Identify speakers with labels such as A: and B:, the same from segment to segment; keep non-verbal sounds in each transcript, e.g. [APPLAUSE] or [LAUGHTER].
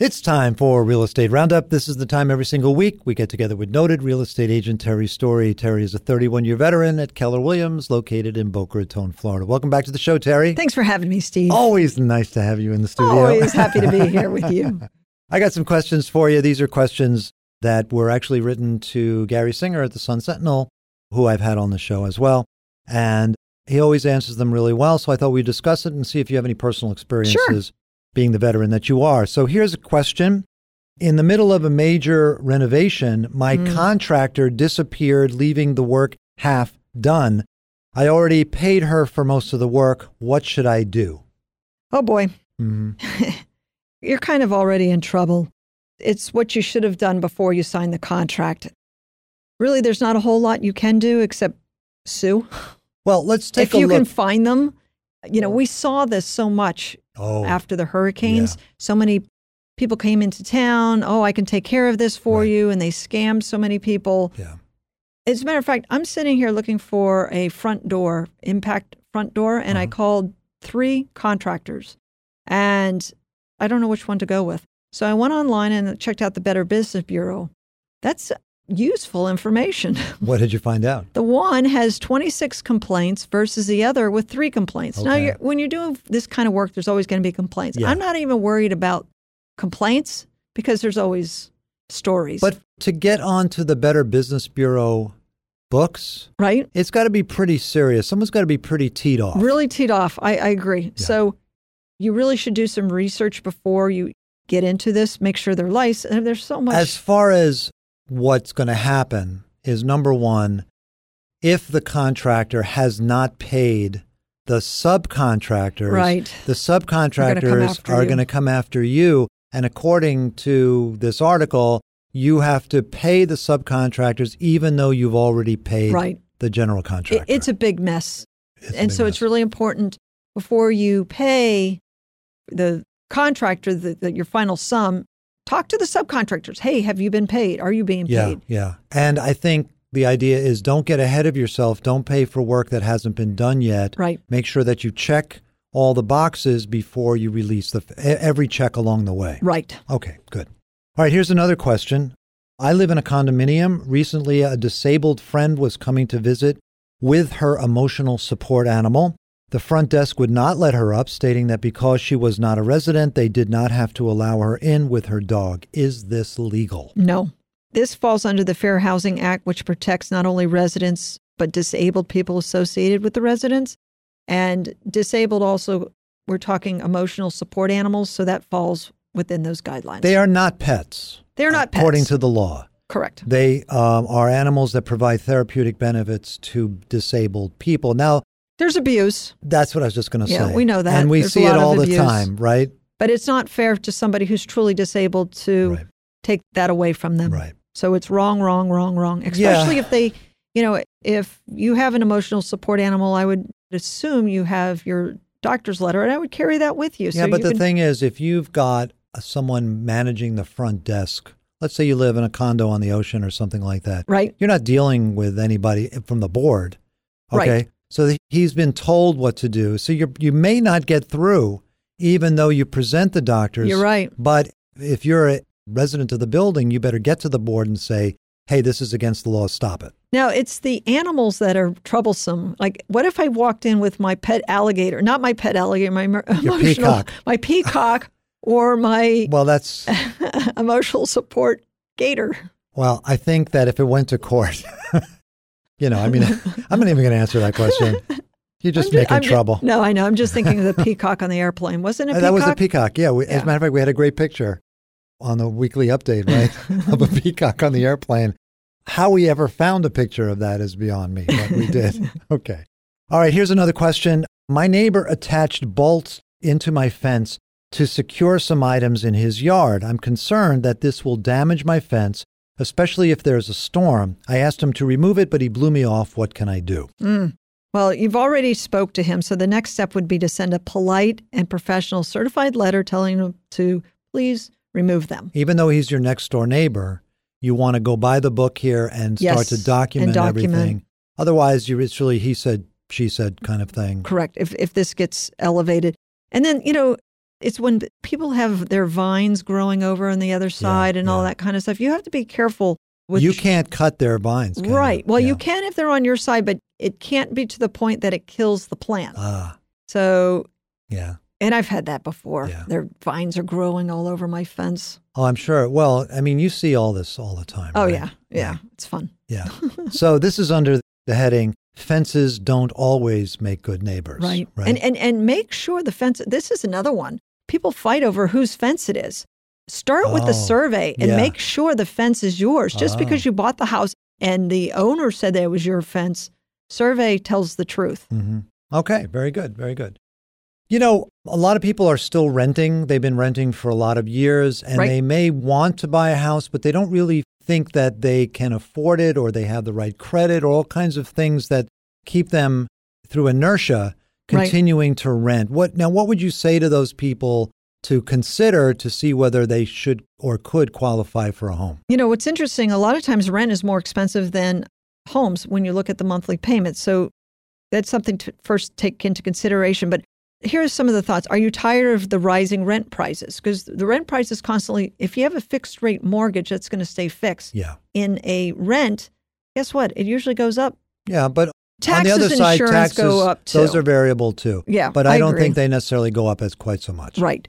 A: It's time for Real Estate Roundup. This is the time every single week we get together with noted real estate agent Terry Story. Terry is a 31 year veteran at Keller Williams, located in Boca Raton, Florida. Welcome back to the show, Terry.
B: Thanks for having me, Steve.
A: Always nice to have you in the studio.
B: Oh, Always happy
A: [LAUGHS]
B: to be here with you.
A: I got some questions for you. These are questions that were actually written to Gary Singer at the Sun Sentinel, who I've had on the show as well. And he always answers them really well. So I thought we'd discuss it and see if you have any personal experiences being the veteran that you are. So here's a question. In the middle of a major renovation, my
B: Hmm.
A: contractor disappeared, leaving the work half done. I already paid her for most of the work. What should I do?
B: [LAUGHS] Oh boy,
A: hmm
B: you're kind of already in trouble. It's what you should have done before you signed the contract. Really, there's not a whole lot you can do except sue.
A: Well, let's take
B: if
A: a
B: you
A: look.
B: can find them, you know, we saw this so much
A: oh,
B: after the hurricanes. So many people came into town. Oh, I can take care of this for
A: Right.
B: you. And they scammed so many people.
A: yeah.
B: As a matter of fact, I'm sitting here looking for a front door, impact front door, and
A: Uh-huh.
B: I called three contractors and I don't know which one to go with. So I went online and checked out the Better Business Bureau. That's useful information. [LAUGHS]
A: What did you find out?
B: The one has 26 complaints versus the other with three complaints. Now,
A: Okay.
B: you're, when you're doing this kind of work, there's always going to be complaints.
A: Yeah.
B: I'm not even worried about complaints because there's always stories.
A: But to get onto the Better Business Bureau books,
B: right?
A: it's got to be pretty serious. Someone's got to be pretty teed off.
B: Really teed off. I, I agree. So you really should do some research before you get into this. Make sure they're licensed. And There's so much.
A: As far as what's going to happen is number one, if the contractor has not paid the subcontractors,
B: Right.
A: the subcontractors
B: after
A: are
B: you.
A: going to come after you. And according to this article, you have to pay the subcontractors even though you've already paid
B: Right.
A: the general
B: It-
A: contractor.
B: it's a big mess.
A: It's a
B: and
A: big
B: so it's
A: mess.
B: really important before you pay the contractor the, the, your final sum, talk to the subcontractors. Hey, have you been paid? Are you being
A: Yeah,
B: paid?
A: yeah. And I think the idea is don't get ahead of yourself. Don't pay for work that hasn't been done yet.
B: Right.
A: Make sure that you check all the boxes before you release the e- every check along the way.
B: Right.
A: Okay, good. All right, here's another question. I live in a condominium. Recently, a disabled friend was coming to visit with her emotional support animal. The front desk would not let her up, stating that because she was not a resident, they did not have to allow her in with her dog. Is this legal?
B: No. This falls under the Fair Housing Act, which protects not only residents, but disabled people associated with the residents. And disabled also, we're talking emotional support animals, so that falls within those guidelines.
A: They are not pets.
B: They're not pets.
A: According to the law,
B: Correct.
A: they um, are animals that provide therapeutic benefits to disabled people. Now,
B: There's abuse,
A: that's what I was just going to
B: Yeah,
A: say.
B: we know that.
A: And we
B: There's a
A: see it
B: lot of
A: all the
B: abuse.
A: time, right?
B: but it's not fair to somebody who's truly disabled to
A: Right.
B: take that away from them.
A: Right.
B: So it's wrong, wrong, wrong, wrong. Especially if they, you know, if you have an emotional support animal, I would assume you have your doctor's letter, and I would carry that with you.
A: Yeah,
B: so
A: but
B: you
A: the
B: can-
A: thing is, if you've got uh, someone managing the front desk, let's say you live in a condo on the ocean or something like that,
B: right?
A: you're not dealing with anybody eh, from the board. Okay.
B: Right.
A: So th- he's been told what to do. So you you may not get through, even though you present the doctors.
B: You're right.
A: But if you're a resident of the building, you better get to the board and say, hey, this is against the law. Stop it.
B: Now it's the animals that are troublesome. Like, what if I walked in with my pet alligator? Not my pet alligator, my emo- emotional,
A: peacock.
B: my peacock, or my [LAUGHS]
A: Well, that's,
B: emotional support gator.
A: well, I think that if it went to court, [LAUGHS] you know, I mean, [LAUGHS] I'm not even going to answer that question. You're just
B: I'm ju-
A: making
B: I'm ju-
A: trouble.
B: [LAUGHS] no, I know. I'm just thinking of the peacock on the airplane. Wasn't it?
A: Uh,
B: Peacock?
A: that was a peacock. Yeah, we, As
B: Yeah.
A: a matter of fact, we had a great picture on the weekly update,
B: [LAUGHS]
A: right, [LAUGHS] of a peacock on the airplane. How we ever found a picture of that is beyond me, but we
B: [LAUGHS]
A: did. okay. All right, here's another question. My neighbor attached bolts into my fence to secure some items in his yard. I'm concerned that this will damage my fence, especially if there's a storm. I asked him to remove it, but he blew me off. What can I do?
B: Mm. Well, you've already spoke to him, so the next step would be to send a polite and professional certified letter telling him to please remove them.
A: even though he's your next door neighbor, you want to go by the book here and start
B: Yes,
A: to
B: and
A: document,
B: document.
A: everything. Otherwise, you it's really he said, she said kind of thing.
B: Correct. If if this gets elevated, and then you know, it's when people have their vines growing over on the other side and all
A: yeah.
B: that kind of stuff. You have to be careful with
A: you can't cut their vines, can you?
B: right. Well, you
A: Yeah.
B: can if they're on your side, but it can't be to the point that it kills the plant.
A: Ah,
B: so,
A: yeah.
B: and I've had that before.
A: Yeah.
B: Their vines are growing all over my fence.
A: Oh, I'm sure. Well, I mean, you see all this all the time.
B: Oh
A: right?
B: yeah, yeah, it's fun. [LAUGHS]
A: yeah. So this is under the heading "Fences don't always make good neighbors."
B: Right.
A: Right.
B: And and and make sure the fence this is another one. People fight over whose fence it is. Start with
A: Oh,
B: the survey and
A: yeah.
B: make sure the fence is yours. Just
A: Ah.
B: because you bought the house and the owner said that it was your fence, survey tells the truth.
A: hmm Okay, very good, very good. You know, a lot of people are still renting. They've been renting for a lot of years and
B: Right.
A: they may want to buy a house, but they don't really think that they can afford it or they have the right credit or all kinds of things that keep them through inertia
B: Right.
A: continuing to rent. What now what would you say to those people to consider to see whether they should or could qualify for a home?
B: You know, what's interesting, a lot of times rent is more expensive than homes when you look at the monthly payments. So that's something to first take into consideration. But here are some of the thoughts. Are you tired of the rising rent prices? Because the rent price is constantly, if you have a fixed rate mortgage, that's going to stay fixed.
A: Yeah.
B: in a rent, guess what? It usually goes up.
A: Yeah, but
B: Taxes,
A: on the other side
B: insurance
A: taxes
B: go up too.
A: those are variable too.
B: yeah,
A: But I, don't
B: agree.
A: think they necessarily go up as quite so much.
B: right.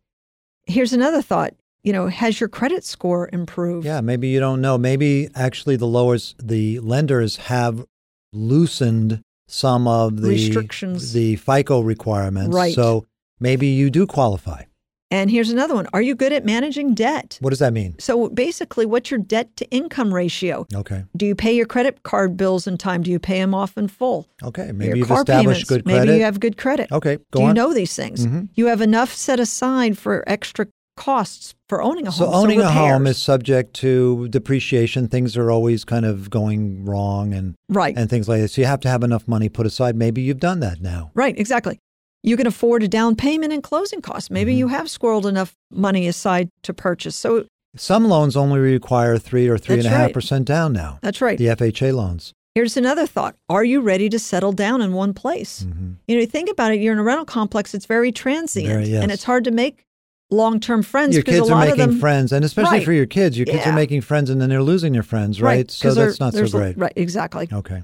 B: Here's another thought. You know, has your credit score improved?
A: Yeah, maybe you don't know. Maybe actually the lowers the lenders have loosened some of the
B: Restrictions.
A: the FICO requirements.
B: Right.
A: So maybe you do qualify.
B: And here's another one. Are you good at managing debt?
A: What does that mean?
B: So basically, what's your debt to income ratio?
A: Okay.
B: Do you pay your credit card bills in time? Do you pay them off in full?
A: Okay. Maybe
B: your
A: you've
B: car
A: established
B: payments.
A: good
B: Maybe
A: credit.
B: you have good credit.
A: okay. Go
B: Do you
A: on.
B: know these things?
A: Mhm.
B: You have enough set aside for extra costs for owning a
A: so
B: home.
A: owning a home
B: repairs.
A: is subject to depreciation. Things are always kind of going wrong and
B: right.
A: and things like that. So you have to have enough money put aside. Maybe you've done that now.
B: Right, exactly. You can afford a down payment and closing costs. Maybe you
A: Mm-hmm.
B: have squirreled enough money aside to purchase. So
A: Some loans only require three or three and a
B: That's
A: half
B: right.
A: percent down now.
B: that's right.
A: The FHA loans.
B: Here's another thought Are you ready to settle down in one place?
A: hmm
B: You know, you think about it, you're in a rental complex, it's very transient,
A: Very, yes.
B: and it's hard to make long term friends
A: your
B: because
A: kids
B: a
A: are
B: lot
A: making
B: of them.
A: friends, and especially
B: Right.
A: for your kids, your kids are
B: Yeah.
A: making friends, and then they're losing their friends, right? So
B: 'cause there-
A: that's not so
B: there's a-
A: great.
B: Right, exactly.
A: Okay,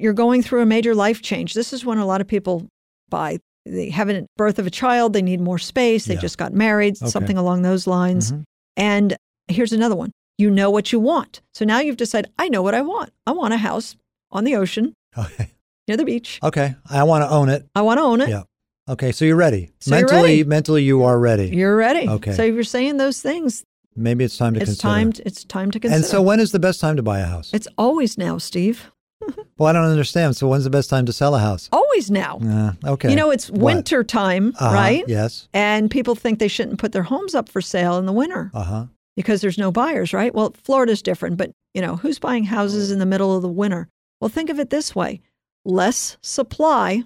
B: You're going through a major life change. This is when a lot of people buy. They have a birth of a child, they need more space, they
A: Yeah.
B: just got married,
A: Okay.
B: something along those lines.
A: Mhm.
B: And here's another one. You know what you want. So now you've decided, I know what I want. I want a house on the ocean
A: okay,
B: near the beach.
A: okay. I want to own it.
B: I want to own it.
A: Yeah. Okay, so you're ready.
B: So you're
A: mentally,
B: ready.
A: mentally, you are ready.
B: You're ready.
A: Okay.
B: So if you're saying those things,
A: Maybe it's time to
B: it's
A: consider.
B: time it's time to consider.
A: And so, when is the best time to buy a house?
B: it's always now, Steve.
A: well, I don't understand. So, when's the best time to sell a house?
B: Always now.
A: Uh, okay.
B: Oh. You know, it's
A: What?
B: winter time,
A: Uh-huh,
B: right?
A: Yes.
B: And people think they shouldn't put their homes up for sale in the winter
A: Uh huh.
B: because there's no buyers, right? Well, Florida's different, but you know, who's buying houses in the middle of the winter? Well, think of it this way. Less supply,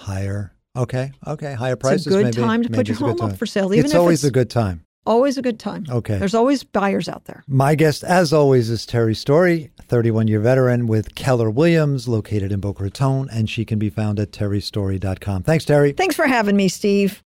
A: Higher. Okay. Okay. Higher
B: It's
A: prices.
B: a good
A: maybe,
B: time to
A: maybe
B: put your
A: it's a good
B: home up
A: time.
B: for sale. Even
A: It's
B: if
A: always
B: it's
A: a good time.
B: always a good time.
A: Okay.
B: There's always buyers out there.
A: My guest, as always, is Terry Story, 31 year veteran with Keller Williams, located in Boca Raton, and she can be found at terrystory.com. Thanks, Terry.
B: Thanks for having me, Steve.